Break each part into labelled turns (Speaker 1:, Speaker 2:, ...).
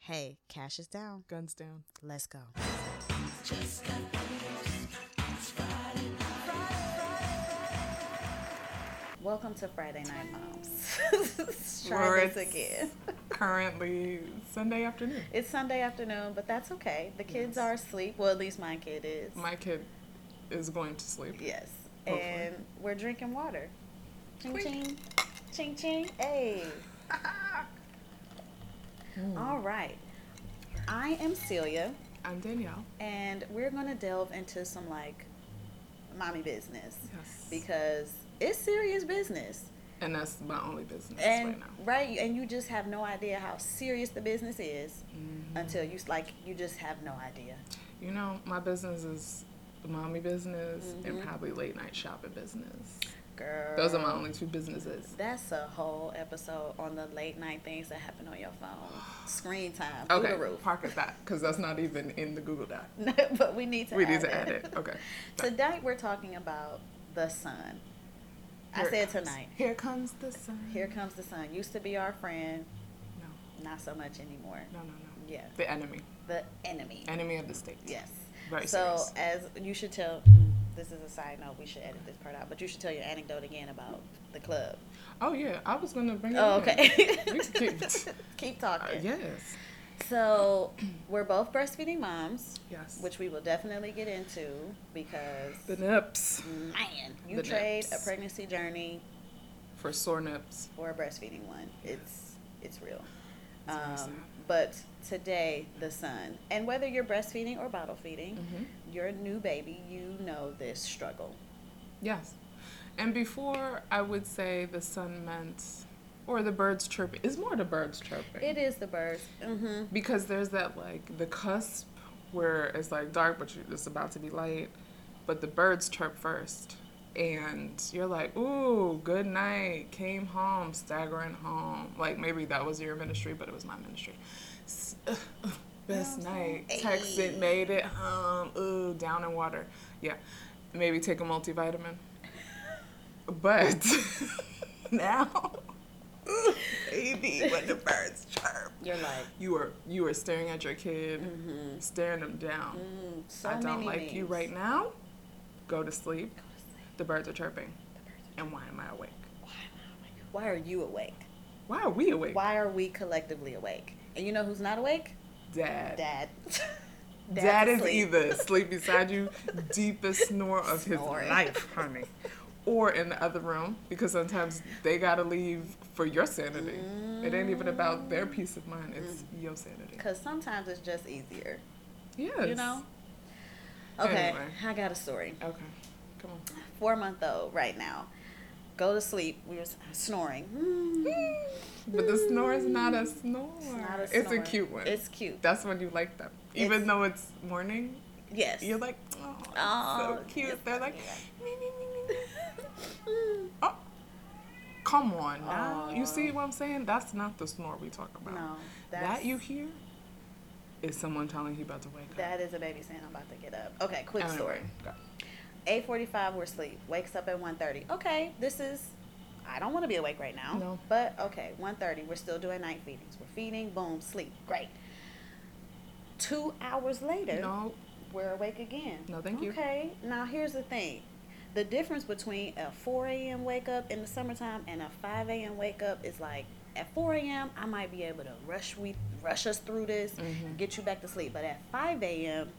Speaker 1: hey, cash is down.
Speaker 2: Guns down.
Speaker 1: Let's go. Welcome to Friday Night Moms.
Speaker 2: Where
Speaker 1: Try this
Speaker 2: it's-
Speaker 1: again.
Speaker 2: Currently Sunday afternoon.
Speaker 1: It's Sunday afternoon, but that's okay. The kids
Speaker 2: Yes.
Speaker 1: are asleep. Well, at least my kid is.
Speaker 2: My kid is going to sleep.
Speaker 1: yes.
Speaker 2: Hopefully.
Speaker 1: And we're drinking water. Ching
Speaker 2: Quick.
Speaker 1: ching. Ching ching. Hey. All right. I am Celia.
Speaker 2: I'm Danielle.
Speaker 1: and we're gonna delve into some like mommy business
Speaker 2: Yes.
Speaker 1: because it's serious business
Speaker 2: and that's my only business
Speaker 1: and
Speaker 2: right now.
Speaker 1: right and you just have no idea how serious the business is
Speaker 2: Mm-hmm.
Speaker 1: until you s- like you just have no idea
Speaker 2: You know, my business is the mommy business and
Speaker 1: Mm-hmm.
Speaker 2: probably late night shopping business.
Speaker 1: girl
Speaker 2: Those are my only two businesses.
Speaker 1: that's a whole episode on the late night things that happen on your phone screen time through
Speaker 2: Okay,
Speaker 1: the roof
Speaker 2: park at that because that's not even in the Google Doc.
Speaker 1: but we need to
Speaker 2: We
Speaker 1: add
Speaker 2: need to
Speaker 1: it.
Speaker 2: add it. Okay.
Speaker 1: tonight we're talking about the sun i
Speaker 2: Here it
Speaker 1: said
Speaker 2: comes.
Speaker 1: tonight
Speaker 2: Here comes the sun.
Speaker 1: here comes the sun used to be our friend
Speaker 2: No,
Speaker 1: not so much anymore
Speaker 2: no, no, no.
Speaker 1: Yeah,
Speaker 2: The enemy.
Speaker 1: the enemy.
Speaker 2: Enemy of the state.
Speaker 1: Yes.
Speaker 2: Very
Speaker 1: so
Speaker 2: serious.
Speaker 1: as you should tell, this is a side note. We should edit this part out, but you should tell your anecdote again about the club.
Speaker 2: Oh, yeah. I was going to bring it
Speaker 1: Oh,
Speaker 2: in.
Speaker 1: okay.
Speaker 2: Mm-hmm. We can keep it.
Speaker 1: Keep
Speaker 2: Uh,
Speaker 1: talking.
Speaker 2: yes.
Speaker 1: So we're both breastfeeding moms,
Speaker 2: Yes.
Speaker 1: which we will definitely get into because
Speaker 2: the nips
Speaker 1: man, you
Speaker 2: The
Speaker 1: trade a
Speaker 2: nips.
Speaker 1: pregnancy journey
Speaker 2: for sore nips.
Speaker 1: for a breastfeeding one. It's it's real.
Speaker 2: It's very
Speaker 1: Um,
Speaker 2: sad.
Speaker 1: but today, the sun, and whether you're breastfeeding or bottle feeding,
Speaker 2: Mm-hmm.
Speaker 1: your new baby, you know this struggle.
Speaker 2: Yes. And before, I would say the sun meant, or the birds chirping. It's more the birds chirping.
Speaker 1: It is the birds. Mm-hmm.
Speaker 2: because there's that like the cusp where it's like dark but you it's about to be light but the birds chirp first and you're like ooh good night came home staggering home like maybe that was your ministry but it was my ministry S- uh, best night text it made it home ooh down in water yeah maybe take a multivitamin but now baby when the birds chirp
Speaker 1: You're like
Speaker 2: you are you are staring at your kid, staring them down.
Speaker 1: mm, Mm-hmm. so
Speaker 2: I don't
Speaker 1: many
Speaker 2: like you
Speaker 1: memes.
Speaker 2: right now. Go to sleep. The birds are chirping.
Speaker 1: birds
Speaker 2: And why am I awake?
Speaker 1: Why are you awake?
Speaker 2: Why are we awake?
Speaker 1: Why are we collectively awake? And you know who's not awake?
Speaker 2: Dad. Dad,
Speaker 1: Dad.
Speaker 2: is
Speaker 1: asleep.
Speaker 2: either asleep beside you, deepest snore of
Speaker 1: Snoring.
Speaker 2: his life, honey. Or in the other room, because sometimes they gotta leave for your sanity. It ain't even about
Speaker 1: Mm.
Speaker 2: their peace of mind, it's your sanity.
Speaker 1: Because sometimes it's just easier,
Speaker 2: Yes.
Speaker 1: Mm. you know. Okay,
Speaker 2: Anyway.
Speaker 1: I got a story.
Speaker 2: Okay. Come on.
Speaker 1: four month old right now. Go to sleep. We were s- snoring. Mm.
Speaker 2: But the snore is not a snore. It's,
Speaker 1: It's not a
Speaker 2: a
Speaker 1: snore.
Speaker 2: cute one.
Speaker 1: It's cute.
Speaker 2: That's when you like them. Even
Speaker 1: It's-
Speaker 2: though it's morning,
Speaker 1: Yes.
Speaker 2: you're like, oh, it's
Speaker 1: Oh,
Speaker 2: so cute.
Speaker 1: yes,
Speaker 2: They're like,
Speaker 1: yeah.
Speaker 2: me, me, me, me, me.
Speaker 1: Mm.
Speaker 2: Oh, come on now.
Speaker 1: Aw.
Speaker 2: You see what I'm saying? That's not the snore we talk about.
Speaker 1: Oh. no, that's,
Speaker 2: that you hear is someone telling you about to wake up.
Speaker 1: That is a baby saying I'm about to get up. Okay, quick
Speaker 2: Anyway,
Speaker 1: story.
Speaker 2: go.
Speaker 1: 8:45 we're asleep. Wakes up at 1:30. Okay, this is I don't want to be awake right now.
Speaker 2: No.
Speaker 1: But okay, 1:30 we're still doing night feedings. We're feeding, boom, sleep. Great. 2 hours later,
Speaker 2: No,
Speaker 1: we're awake again.
Speaker 2: No, thank you.
Speaker 1: Okay, now here's the thing. The difference between a 4 a.m. wake up in the summertime and a 5 a.m. wake up is like at 4 a.m. I might be able to rush we rush us through this,
Speaker 2: Mm-hmm.
Speaker 1: get you back to sleep. But at 5 a.m.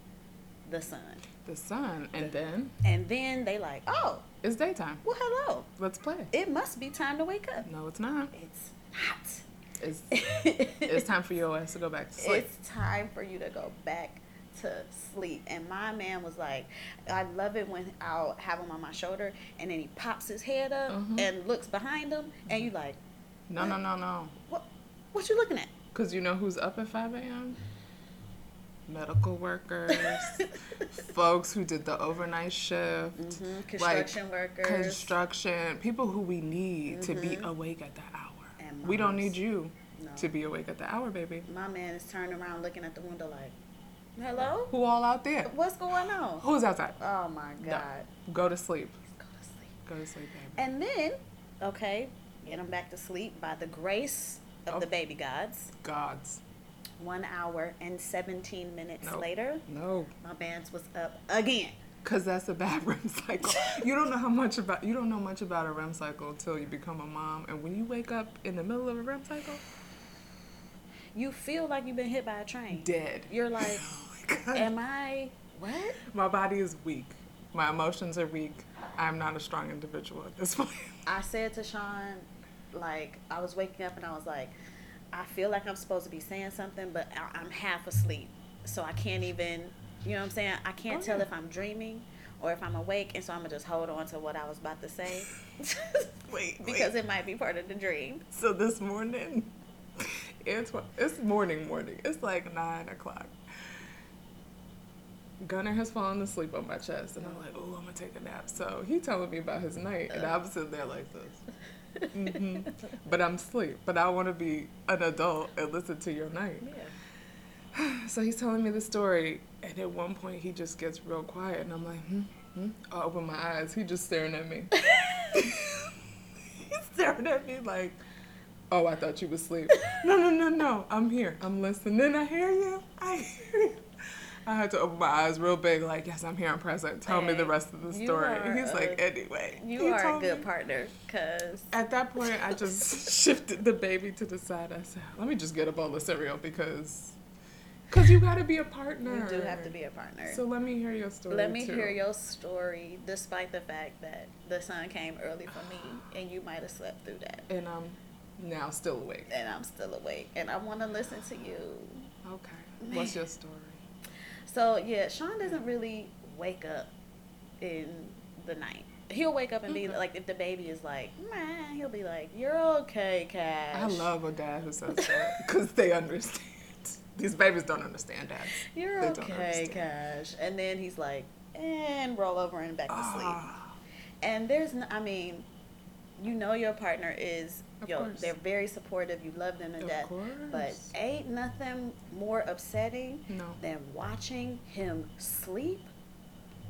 Speaker 1: the sun,
Speaker 2: the sun, and then
Speaker 1: and then they like, oh,
Speaker 2: it's daytime.
Speaker 1: well, hello.
Speaker 2: Let's play.
Speaker 1: It must be time to wake up.
Speaker 2: No, it's not.
Speaker 1: It's not.
Speaker 2: It's it's time for your ass to go back to sleep.
Speaker 1: it's time for you to go back to sleep. And my man was like, I love it when I'll have him on my shoulder and then he pops his head up
Speaker 2: Mhm.
Speaker 1: and looks behind him and you like,
Speaker 2: no, no, no, no.
Speaker 1: What what you looking at?
Speaker 2: Because you know who's up at 5 a.m.? Medical workers, folks who did the overnight shift,
Speaker 1: Mm-hmm. Construction workers.
Speaker 2: construction, people who we need to be awake at that hour.
Speaker 1: Mm-hmm. And
Speaker 2: we don't
Speaker 1: moms.
Speaker 2: need you
Speaker 1: No.
Speaker 2: to be awake at the hour, baby.
Speaker 1: my man is turned around looking at the window like, Hello?
Speaker 2: Who all out there?
Speaker 1: What's going on?
Speaker 2: Who's outside?
Speaker 1: Oh my God.
Speaker 2: No. Go to sleep.
Speaker 1: Go to sleep.
Speaker 2: Go to sleep, baby.
Speaker 1: And then, okay, get him back to sleep by the grace of
Speaker 2: Oh.
Speaker 1: the baby gods.
Speaker 2: Gods.
Speaker 1: one hour and 17 minutes
Speaker 2: Nope.
Speaker 1: later,
Speaker 2: No,
Speaker 1: my man's was up again.
Speaker 2: because that's a bad REM cycle. you don't know how much about you don't know much about a REM cycle until you become a mom, and when you wake up in the middle of a REM cycle,
Speaker 1: You feel like you've been hit by a train.
Speaker 2: dead.
Speaker 1: You're like,
Speaker 2: Oh my God.
Speaker 1: am I what?
Speaker 2: My body is weak. My emotions are weak. I'm not a strong individual at this point.
Speaker 1: I said to Sean, like, I was waking up and I was like, I feel like I'm supposed to be saying something, but I- I'm half asleep. So I can't even, you know what I'm saying? I can't
Speaker 2: Oh,
Speaker 1: tell
Speaker 2: yeah.
Speaker 1: if I'm dreaming or if I'm awake. And so I'm going to just hold on to what I was about to say
Speaker 2: Wait,
Speaker 1: because it might be part of the dream.
Speaker 2: So this morning, it's it's morning, morning. It's like nine o'clock. Gunner has fallen asleep on my chest, and I'm like, "Oh, I'm gonna take a nap." So he telling me about his night, and I'm sitting there like this. hmm But I'm asleep. But I want to be an adult and listen to your night. So he's telling me the story, and at one point he just gets real quiet, and I'm like, "Hmm." hmm." I open my eyes. He just staring at me. he's staring at me like, "Oh, I thought you was asleep." no, no, no, no. I'm here. I'm listening. I hear you. I hear you. I had to open my eyes real big, like, "Yes, I'm here. I'm present. Tell me
Speaker 1: Hey,
Speaker 2: the rest of the
Speaker 1: you
Speaker 2: story."
Speaker 1: are
Speaker 2: he's like,
Speaker 1: a-
Speaker 2: "Anyway."
Speaker 1: You
Speaker 2: He
Speaker 1: are a
Speaker 2: told
Speaker 1: good
Speaker 2: me-
Speaker 1: partner because
Speaker 2: At that point, I just shifted the baby to the side. I said, "Let me just get a bowl of cereal because." Because you gotta be a partner.
Speaker 1: you do have to be a partner.
Speaker 2: So let me hear your story.
Speaker 1: Let me
Speaker 2: too.
Speaker 1: hear your story, despite the fact that the sun came early for me and you might have slept through that.
Speaker 2: And I'm now still awake.
Speaker 1: and I'm still awake and I want to listen to you.
Speaker 2: Okay.
Speaker 1: Man.
Speaker 2: What's your story?
Speaker 1: So, yeah, Sean doesn't really wake up in the night. He'll wake up and be like, if the baby is like, man, he'll be like, you're okay, Cash.
Speaker 2: I love a dad who says that because they understand. These babies don't understand dads.
Speaker 1: You're
Speaker 2: They don't
Speaker 1: okay,
Speaker 2: understand.
Speaker 1: Cash. And then he's like, and roll over and back to sleep.
Speaker 2: Ah,
Speaker 1: And there's, n- I mean, you know your partner is,
Speaker 2: Of
Speaker 1: yo,
Speaker 2: course.
Speaker 1: they're very supportive. You love them to
Speaker 2: Of
Speaker 1: death. But
Speaker 2: course.
Speaker 1: ain't nothing more upsetting
Speaker 2: no.
Speaker 1: than watching him sleep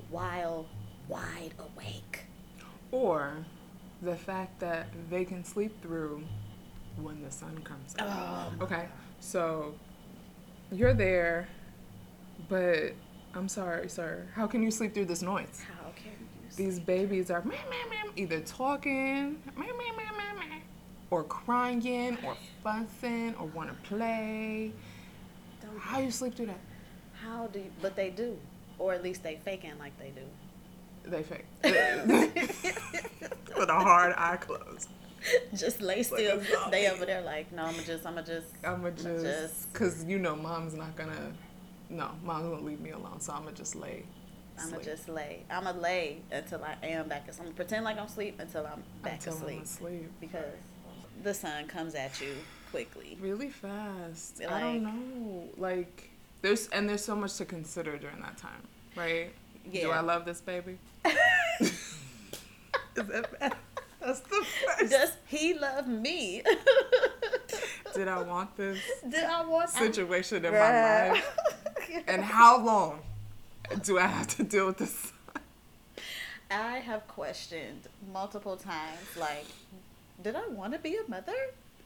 Speaker 1: while wide awake.
Speaker 2: Or the fact that they can sleep through when the sun comes up. Okay, so you're there, but I'm sorry, sir. How can you sleep through this noise?
Speaker 1: How can you sleep?
Speaker 2: These babies are meh, meh, meh, either talking meh, meh, meh, meh, meh, or crying or fussing or want to play.
Speaker 1: Don't-
Speaker 2: How you sleep through that?
Speaker 1: How do you, but they do. Or at least they faking like they do.
Speaker 2: They fake. With a hard eye closed.
Speaker 1: Just lay still. They over there like, no, I'ma just I'ma just
Speaker 2: I'ma just,
Speaker 1: Just-
Speaker 2: cause you know mom's not gonna, no, mom's gonna leave me alone. So I'ma just lay.
Speaker 1: I'ma
Speaker 2: sleep
Speaker 1: just lay. I'ma lay until I am back asleep. I'ma pretend like I'm asleep until I'm back
Speaker 2: until
Speaker 1: asleep.
Speaker 2: I'm asleep.
Speaker 1: Because the sun comes at you quickly.
Speaker 2: Really fast. I
Speaker 1: Like-
Speaker 2: don't know. Like there's and there's so much to consider during that time, right? Do
Speaker 1: Yeah.
Speaker 2: I love this baby? Is that bad? That's the first.
Speaker 1: Does he love me?
Speaker 2: Did I want this
Speaker 1: Did I want
Speaker 2: situation in my
Speaker 1: Bruh.
Speaker 2: life? And how long do I have to deal with this?
Speaker 1: I have questioned multiple times, like, did I want to be a mother?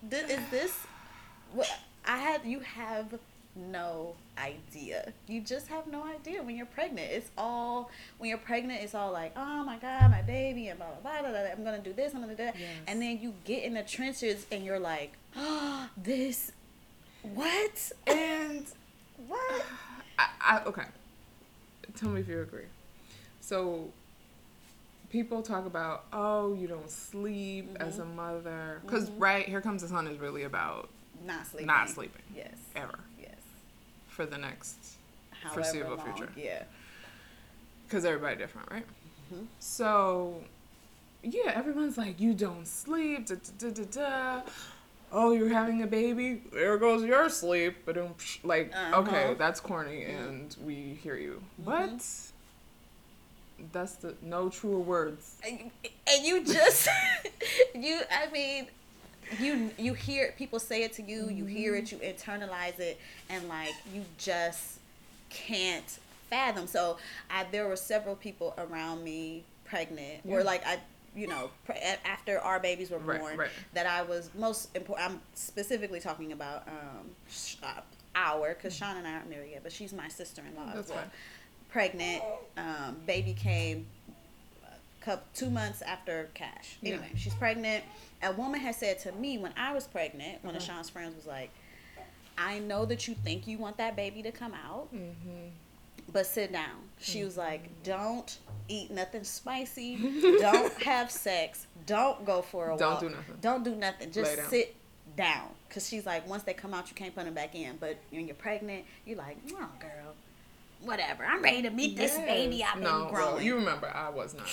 Speaker 1: Did, is this? wh- I had you have no idea. You just have no idea when you're pregnant. It's all when you're pregnant. It's all like, oh my god, my baby, and blah blah blah. blah, blah, I'm gonna do this. I'm gonna do that.
Speaker 2: Yes.
Speaker 1: And then you get in the trenches, and you're like, oh, this, what,
Speaker 2: And
Speaker 1: what?
Speaker 2: I, I okay. Tell me if you agree. So people talk about oh you don't sleep as a mother because right here comes the sun is really about
Speaker 1: Not sleeping.
Speaker 2: not sleeping
Speaker 1: Yes.
Speaker 2: ever
Speaker 1: Yes.
Speaker 2: for the next
Speaker 1: However
Speaker 2: Foreseeable
Speaker 1: long,
Speaker 2: future.
Speaker 1: Yeah.
Speaker 2: because everybody different right
Speaker 1: Mhm.
Speaker 2: so yeah everyone's like you don't sleep da, da, da, da, da. oh you're having a baby there goes your sleep but like
Speaker 1: Uh-huh.
Speaker 2: okay that's corny and we hear you but that's the no truer words
Speaker 1: and and you just you i mean you you hear people say it to you you hear it you
Speaker 2: Mm-hmm.
Speaker 1: internalize it and like you just can't fathom so i there were several people around me pregnant or
Speaker 2: Yeah.
Speaker 1: like i you know pre- a- after our babies were
Speaker 2: Right,
Speaker 1: born
Speaker 2: right.
Speaker 1: that i was most important i'm specifically talking about um sh- uh, our, because Sean and I aren't married yet, but she's my sister in law as
Speaker 2: That's
Speaker 1: well.
Speaker 2: fine.
Speaker 1: Pregnant, um, baby came a coup two months after Cash.
Speaker 2: Yeah.
Speaker 1: Anyway, she's pregnant. A woman had said to me when I was pregnant, one
Speaker 2: Uh-huh.
Speaker 1: of Sean's friends was like, I know that you think you want that baby to come out,
Speaker 2: Mm-hmm.
Speaker 1: but sit down. She was like, don't eat nothing spicy, don't have sex, don't go for a
Speaker 2: Don't
Speaker 1: walk,
Speaker 2: do nothing.
Speaker 1: don't do nothing, just
Speaker 2: Lay down.
Speaker 1: sit down. Cause she's like, once they come out, you can't put them back in. But when you're pregnant, you're like, oh girl, whatever. I'm ready to meet this
Speaker 2: Yes.
Speaker 1: baby. I've been
Speaker 2: no,
Speaker 1: growing.
Speaker 2: well, you remember I was not.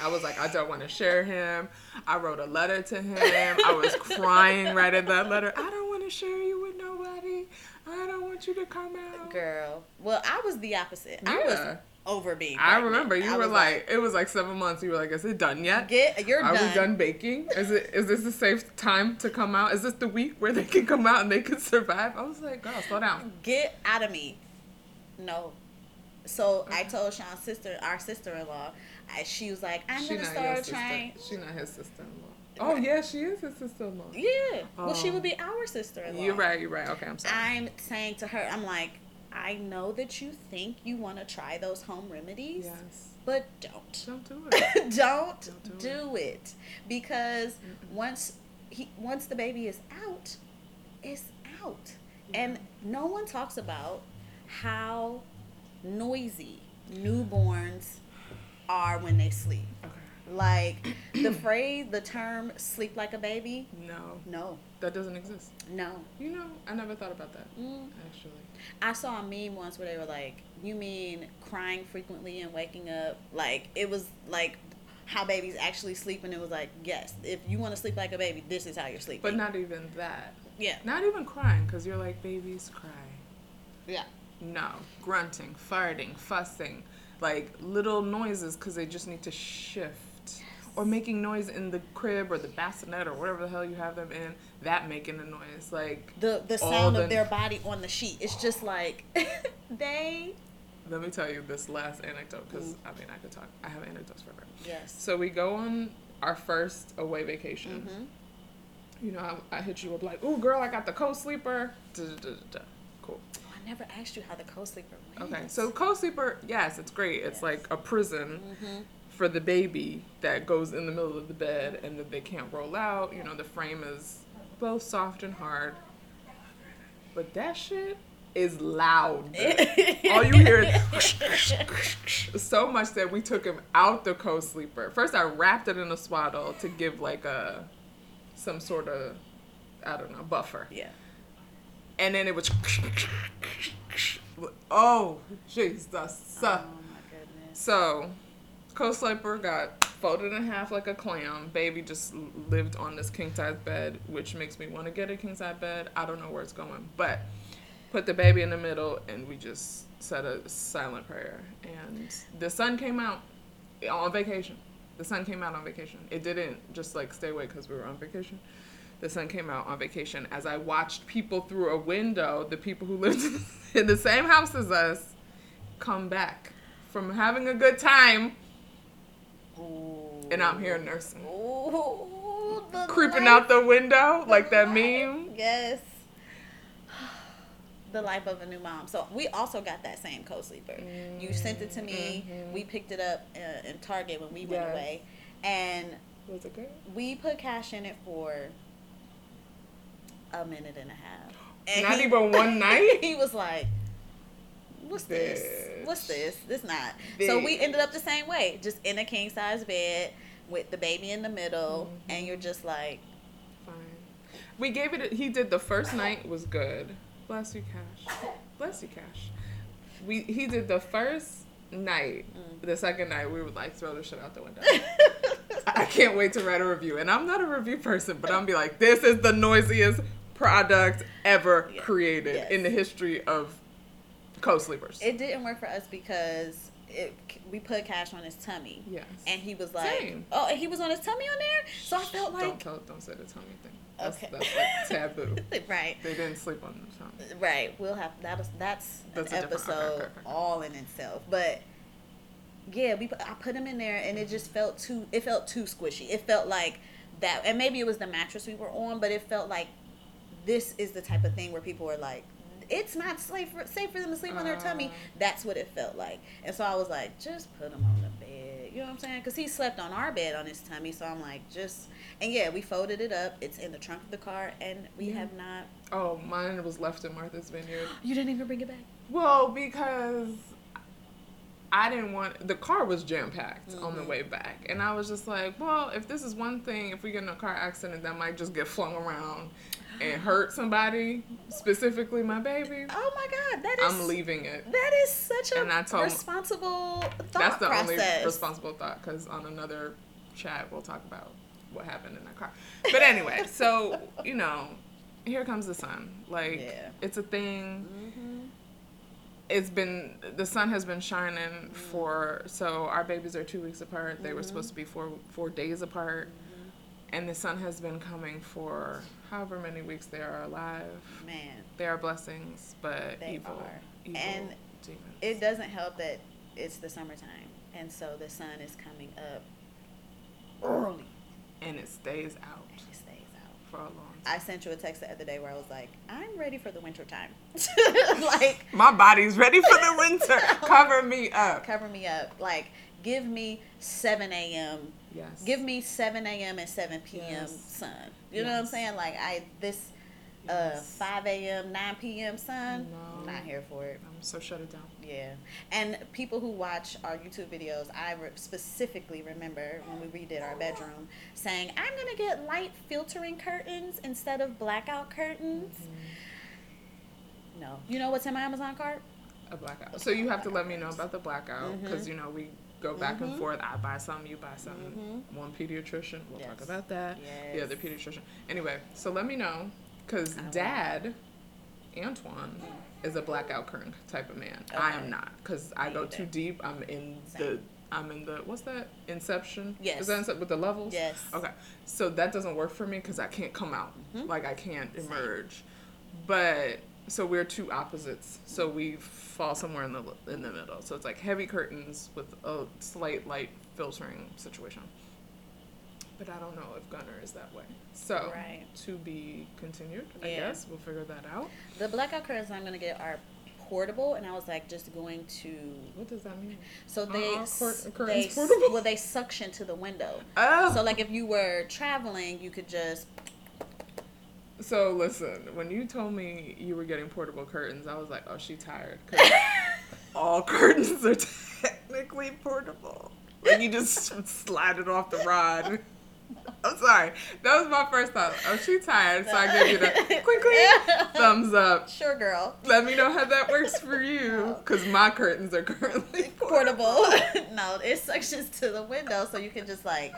Speaker 2: I was like, I don't want to share him. I wrote a letter to him. I was crying right in that letter. I don't want to share you with nobody. I don't want you to come out.
Speaker 1: Girl. Well, I was the opposite. I
Speaker 2: Yeah.
Speaker 1: was over being.
Speaker 2: I
Speaker 1: pregnant.
Speaker 2: remember you
Speaker 1: I
Speaker 2: were
Speaker 1: was
Speaker 2: like, it was like seven months. You were like, is it done yet?
Speaker 1: "Get, you're
Speaker 2: Are
Speaker 1: done."
Speaker 2: we done baking? Is it is this the safe time to come out? Is this the week where they can come out and they can survive? I was like, girl, slow down.
Speaker 1: Get out of me. No. So I told Sean's sister, our sister-in-law, I, she was like, "I'm
Speaker 2: She
Speaker 1: gonna
Speaker 2: not
Speaker 1: start
Speaker 2: your
Speaker 1: a train."
Speaker 2: sister. She not his sister-in-law. Oh yeah, she is his sister-in-law.
Speaker 1: Yeah. Well, she
Speaker 2: Oh.
Speaker 1: would be our sister-in-law.
Speaker 2: You're right. You're right. Okay, I'm sorry.
Speaker 1: I'm saying to her, I'm like, I know that you think you want to try those home remedies,
Speaker 2: yes.
Speaker 1: but don't.
Speaker 2: Don't do it.
Speaker 1: don't
Speaker 2: Don't do
Speaker 1: do it because once he once the baby is out it's out and no one talks about how noisy newborns are when they sleep
Speaker 2: okay.
Speaker 1: like the phrase the term sleep like a baby
Speaker 2: No,
Speaker 1: no
Speaker 2: that doesn't exist.
Speaker 1: no
Speaker 2: You know, I never thought about that.
Speaker 1: Mm.
Speaker 2: Actually,
Speaker 1: I saw a meme once where they were like, "You mean crying frequently and waking up?" Like it was like how babies actually sleep, and it was like, "Yes, if you want to sleep like a baby, this is how you're sleeping."
Speaker 2: but not even that.
Speaker 1: yeah,
Speaker 2: Not even crying, because you're like babies cry.
Speaker 1: yeah,
Speaker 2: No, grunting, farting, fussing, like little noises because they just need to shift. Or making noise in the crib or the bassinet or whatever the hell you have them in, that making a noise. Like,
Speaker 1: the the
Speaker 2: All
Speaker 1: sound
Speaker 2: the-
Speaker 1: of their body on the sheet. It's just like they.
Speaker 2: let me tell you this last anecdote because I mean, I could talk, I have anecdotes forever.
Speaker 1: Yes.
Speaker 2: So we go on our first away vacation. You know, I, I hit you up like, ooh, girl, I got the co sleeper. Cool.
Speaker 1: Oh, I never asked you how the co-sleeper went.
Speaker 2: Okay, so co sleeper, yes, it's great.
Speaker 1: Yes.
Speaker 2: It's like a prison for the baby that goes in the middle of the bed and that they can't roll out. You know, the frame is both soft and hard. But that shit is loud. All you hear is so much that we took him out the co sleeper. First, I wrapped it in a swaddle to give like a some sort of I don't know buffer
Speaker 1: yeah,
Speaker 2: and then it was oh jesus
Speaker 1: oh my goodness.
Speaker 2: so co sleeper got folded in half like a clam baby just l- lived on this king size bed which makes me want to get a king size bed i don't know where it's going but put the baby in the middle and we just said a silent prayer and the sun came out on vacation the sun came out on vacation it didn't just like stay away because we were on vacation the sun came out on vacation as i watched people through a window the people who lived in the same house as us come back from having a good time
Speaker 1: Ooh.
Speaker 2: and i'm here nursing
Speaker 1: Ooh, the
Speaker 2: creeping
Speaker 1: light.
Speaker 2: out the window like that
Speaker 1: life.
Speaker 2: meme
Speaker 1: Yes. The life of a new mom. So we also got that same co-sleeper. You sent it to me. We picked it up uh, in Target when we went
Speaker 2: Mm-hmm. Yes.
Speaker 1: away, and
Speaker 2: was it good
Speaker 1: we put cash in it for a minute and a half. And
Speaker 2: not
Speaker 1: he-
Speaker 2: even one night
Speaker 1: he was like, "What's this? What's
Speaker 2: Bitch.
Speaker 1: this? This not." So we
Speaker 2: Bitch.
Speaker 1: ended up the same way, just in a king size bed with the baby in the middle,
Speaker 2: Mm-hmm.
Speaker 1: and you're just like,
Speaker 2: Fine. We gave it. a- He did the first night was good. Bless you, Cash. Bless you, Cash. We he did the first night.
Speaker 1: Mm.
Speaker 2: The second night we would like throw the shit out the window. I can't wait to write a review, and I'm not a review person, but I'm be like, this is the noisiest product ever
Speaker 1: Yeah.
Speaker 2: created
Speaker 1: Yes.
Speaker 2: in the history of co-sleepers.
Speaker 1: It didn't work for us because it, we put cash on his tummy,
Speaker 2: yes.
Speaker 1: and he was like,
Speaker 2: Same.
Speaker 1: "Oh, and he was on his tummy on there." So I felt
Speaker 2: don't
Speaker 1: like,
Speaker 2: tell, don't say the tummy thing. That's,
Speaker 1: Okay.
Speaker 2: that's like taboo.
Speaker 1: right,
Speaker 2: They didn't sleep on the tummy.
Speaker 1: right. We'll have that. That's an
Speaker 2: That's a different-
Speaker 1: episode
Speaker 2: okay, okay, okay.
Speaker 1: all in itself, but. Yeah, we put, I put him in there, and it just felt too. It felt too squishy. It felt like that, and maybe it was the mattress we were on, but it felt like this is the type of thing where people are like, it's not safe for, safe for them to sleep on their tummy.
Speaker 2: Uh.
Speaker 1: That's what it felt like. And so I was like, just put him on the bed. You know what I'm saying? Because he slept on our bed on his tummy. So I'm like, just. And yeah, we folded it up. It's in the trunk of the car. And we
Speaker 2: Yeah.
Speaker 1: have not.
Speaker 2: Oh, mine was left in Martha's Vineyard.
Speaker 1: You didn't even bring it back?
Speaker 2: Well, because I didn't want the car was jam packed on
Speaker 1: Mm-hmm.
Speaker 2: the way back, and I was just like, well, if this is one thing, if we get in a car accident, that might just get flung around and hurt somebody, specifically my baby.
Speaker 1: Oh my God. That is-
Speaker 2: I'm leaving it.
Speaker 1: That is such a
Speaker 2: And I told-
Speaker 1: responsible thought
Speaker 2: That's the
Speaker 1: process.
Speaker 2: only responsible thought, because on another chat we'll talk about what happened in that car. But anyway, so you know, here comes the sun. Like
Speaker 1: Yeah. Mm-hmm.
Speaker 2: it's a thing.
Speaker 1: hmm
Speaker 2: it's been the sun has been shining
Speaker 1: Mm-hmm.
Speaker 2: for so our babies are two weeks apart they were
Speaker 1: Mm-hmm.
Speaker 2: supposed to be four four days apart and the sun has been coming for however many weeks they are alive
Speaker 1: Man,
Speaker 2: they are blessings but
Speaker 1: They
Speaker 2: evil,
Speaker 1: are.
Speaker 2: evil
Speaker 1: And
Speaker 2: demons.
Speaker 1: it doesn't help that it's the summertime, and so the sun is coming up early.
Speaker 2: and it stays out
Speaker 1: and it stays out.
Speaker 2: for a long time
Speaker 1: I sent you a text the other day where I was like, "I'm ready for the winter time. like,
Speaker 2: my body's ready for the winter cover me up
Speaker 1: cover me up. Like, give me 7 a.m.
Speaker 2: yes
Speaker 1: Give me 7 a.m. and 7 p.m.
Speaker 2: Yes.
Speaker 1: sun. You know what I'm
Speaker 2: Yes.
Speaker 1: saying? Like, I this uh,
Speaker 2: Yes.
Speaker 1: 5 a.m. 9 p.m. sun.
Speaker 2: No.
Speaker 1: Not here for it.
Speaker 2: i'm so shut it down
Speaker 1: Yeah, and people who watch our YouTube videos, I re- specifically remember when we redid our bedroom saying, "I'm gonna get light filtering curtains instead of blackout curtains." No, Mm-hmm. you know what's in my Amazon cart?
Speaker 2: a blackout. So you have to let me know about the blackout
Speaker 1: Mm-hmm.
Speaker 2: because you know we go back and forth. I buy something, you buy something. One pediatrician. We'll talk
Speaker 1: Mm-hmm. Yes.
Speaker 2: about that. The other
Speaker 1: Yes.
Speaker 2: pediatrician. Anyway, so let me know because Dad, Antoine, is a blackout curtain type of man. I am
Speaker 1: Okay.
Speaker 2: not because I
Speaker 1: Me
Speaker 2: go
Speaker 1: either.
Speaker 2: too deep. I'm in the. I'm in the what's that? Inception.
Speaker 1: Yes.
Speaker 2: Is that Incep- with the levels?
Speaker 1: Yes.
Speaker 2: Okay. So that doesn't work for me because I can't come out.
Speaker 1: Mm-hmm.
Speaker 2: Like I can't emerge but so we're two opposites so we fall somewhere in the in the middle so it's like heavy curtains with a slight light filtering situation but i don't know if gunner is that way so
Speaker 1: Right.
Speaker 2: to be continued i
Speaker 1: Yeah.
Speaker 2: guess we'll figure that out
Speaker 1: The blackout curtains I'm gonna get are portable, and I was like, just going to.
Speaker 2: what does that mean
Speaker 1: So they,
Speaker 2: Uh-uh, cur-
Speaker 1: s-
Speaker 2: curtains
Speaker 1: they s-
Speaker 2: portable?
Speaker 1: well they suction to the window.
Speaker 2: oh
Speaker 1: So like if you were traveling, you could just
Speaker 2: So listen, when you told me you were getting portable curtains, I was like, oh, she tired. 'Cause all curtains are technically portable. Like you just slide it off the rod. I'm sorry. That was my first thought. Oh, she tired. So I gave you the quick, thumbs up.
Speaker 1: sure girl.
Speaker 2: Let me know how that works for you, because my curtains are currently portable.
Speaker 1: portable. no, it suctions to the window, so you can just like,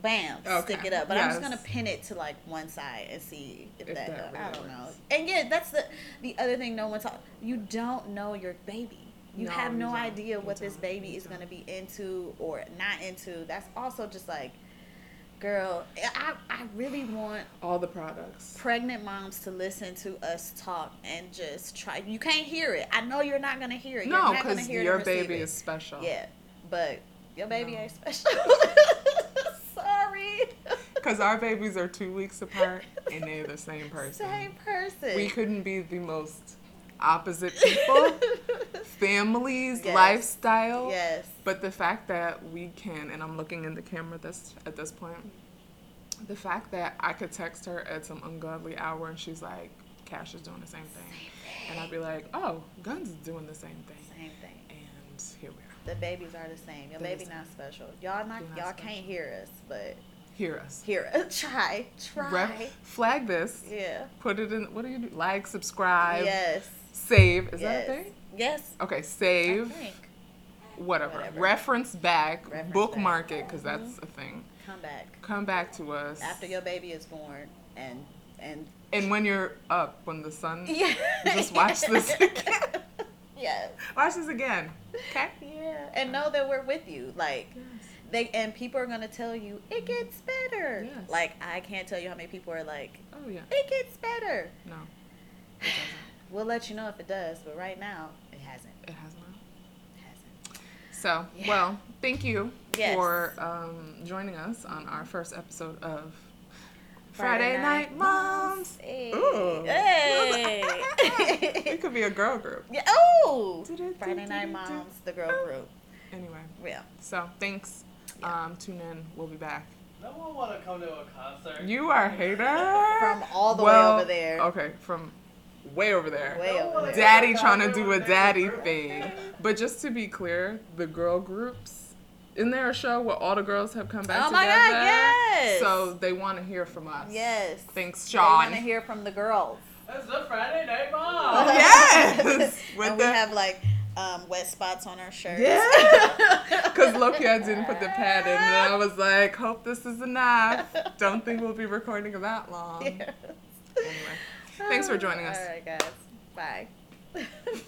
Speaker 1: bam, stick
Speaker 2: Okay,
Speaker 1: it up. But I'm just
Speaker 2: yes.
Speaker 1: gonna pin it to like one side and see if,
Speaker 2: If
Speaker 1: that.
Speaker 2: that
Speaker 1: I
Speaker 2: really
Speaker 1: don't know.
Speaker 2: works.
Speaker 1: And yeah, that's the the other thing. No one talk. You don't know your baby. You
Speaker 2: No,
Speaker 1: have
Speaker 2: you
Speaker 1: no
Speaker 2: don't.
Speaker 1: idea
Speaker 2: You
Speaker 1: what this
Speaker 2: don't.
Speaker 1: baby
Speaker 2: You
Speaker 1: is
Speaker 2: don't.
Speaker 1: gonna be into or not into. That's also just like, girl, I I really want
Speaker 2: All the products.
Speaker 1: pregnant moms to listen to us talk and just try. You can't hear it. I know you're not gonna hear it.
Speaker 2: No,
Speaker 1: you're not gonna
Speaker 2: because
Speaker 1: hear it
Speaker 2: your
Speaker 1: and receive
Speaker 2: baby
Speaker 1: it.
Speaker 2: is special.
Speaker 1: Yeah, but your baby
Speaker 2: Oh. No.
Speaker 1: ain't special. Sorry.
Speaker 2: Because our babies are two weeks apart, and they're the same person.
Speaker 1: Same person.
Speaker 2: we couldn't be the most opposite people, families,
Speaker 1: Yes.
Speaker 2: lifestyle.
Speaker 1: yes.
Speaker 2: But the fact that we can, and I'm looking in the camera this at this point, the fact that I could text her at some ungodly hour and she's like, "Cash is doing the same thing," and I'd be like, "Oh, Guns is doing the same thing,"
Speaker 1: Same thing.
Speaker 2: and here we are.
Speaker 1: The babies are the same. Your
Speaker 2: They're
Speaker 1: baby
Speaker 2: the same.
Speaker 1: not special. Y'all not.
Speaker 2: They're not
Speaker 1: y'all
Speaker 2: special.
Speaker 1: can't hear us, but
Speaker 2: Hear us.
Speaker 1: hear us. Try. Try.
Speaker 2: Rep, flag this.
Speaker 1: Yeah.
Speaker 2: Put it in. What do you do? Like, subscribe,
Speaker 1: yes.
Speaker 2: save. Is
Speaker 1: yes.
Speaker 2: that a thing?
Speaker 1: Yes.
Speaker 2: Okay,
Speaker 1: I
Speaker 2: save.
Speaker 1: think.
Speaker 2: whatever.
Speaker 1: Whatever.
Speaker 2: Reference back,
Speaker 1: Reference
Speaker 2: bookmark
Speaker 1: back.
Speaker 2: it because that's a thing.
Speaker 1: Come back
Speaker 2: Come back to us
Speaker 1: after your baby is born and and.
Speaker 2: and when you're up, when the sun.
Speaker 1: Yeah.
Speaker 2: Just watch this again.
Speaker 1: yes.
Speaker 2: Watch this again. Okay.
Speaker 1: Yeah. And know that we're with you. Like. they and people are gonna tell you it gets better.
Speaker 2: Yes.
Speaker 1: Like I can't tell you how many people are like
Speaker 2: Oh yeah.
Speaker 1: it gets better.
Speaker 2: No, it doesn't.
Speaker 1: We'll let you know if it does, but right now it hasn't.
Speaker 2: It has not.
Speaker 1: It hasn't.
Speaker 2: So
Speaker 1: Yeah.
Speaker 2: well, thank you
Speaker 1: Yes.
Speaker 2: for um, joining us on our first episode of Friday,
Speaker 1: Friday
Speaker 2: Night,
Speaker 1: Night
Speaker 2: Moms.
Speaker 1: Hey.
Speaker 2: Ooh.
Speaker 1: Hey.
Speaker 2: could be a girl group.
Speaker 1: Yeah. Oh, Friday Night Moms, the girl
Speaker 2: Oh.
Speaker 1: group.
Speaker 2: Anyway,
Speaker 1: Yeah.
Speaker 2: so thanks. Um, tune in. We'll be back.
Speaker 3: No one want to come to a concert.
Speaker 2: You are a hater.
Speaker 1: From all the way over there.
Speaker 2: Okay, from way over there.
Speaker 1: Way
Speaker 3: No one
Speaker 1: over
Speaker 3: wanna
Speaker 1: there.
Speaker 2: daddy
Speaker 3: go
Speaker 2: trying to
Speaker 3: concert
Speaker 2: do
Speaker 3: with
Speaker 2: a
Speaker 3: their
Speaker 2: daddy
Speaker 3: girl.
Speaker 2: thing. But just to be clear, the girl groups in there a show where all the girls have come back
Speaker 1: Oh my
Speaker 2: together.
Speaker 1: God, yes.
Speaker 2: So they want to hear from us.
Speaker 1: Yes.
Speaker 2: Thanks,
Speaker 1: I want to
Speaker 2: Sean.
Speaker 1: hear from the girls.
Speaker 3: That's the Friday Night Mom.
Speaker 2: Yes.
Speaker 1: and
Speaker 2: With
Speaker 1: we
Speaker 2: the-
Speaker 1: have like um, wet spots on our shirts.
Speaker 2: Yeah. Cause Loki, I didn't put the pad in, and I was like, "Hope this is enough." Don't think we'll be recording that long.
Speaker 1: Yes.
Speaker 2: Anyway, thanks for joining us.
Speaker 1: All right, guys. Bye.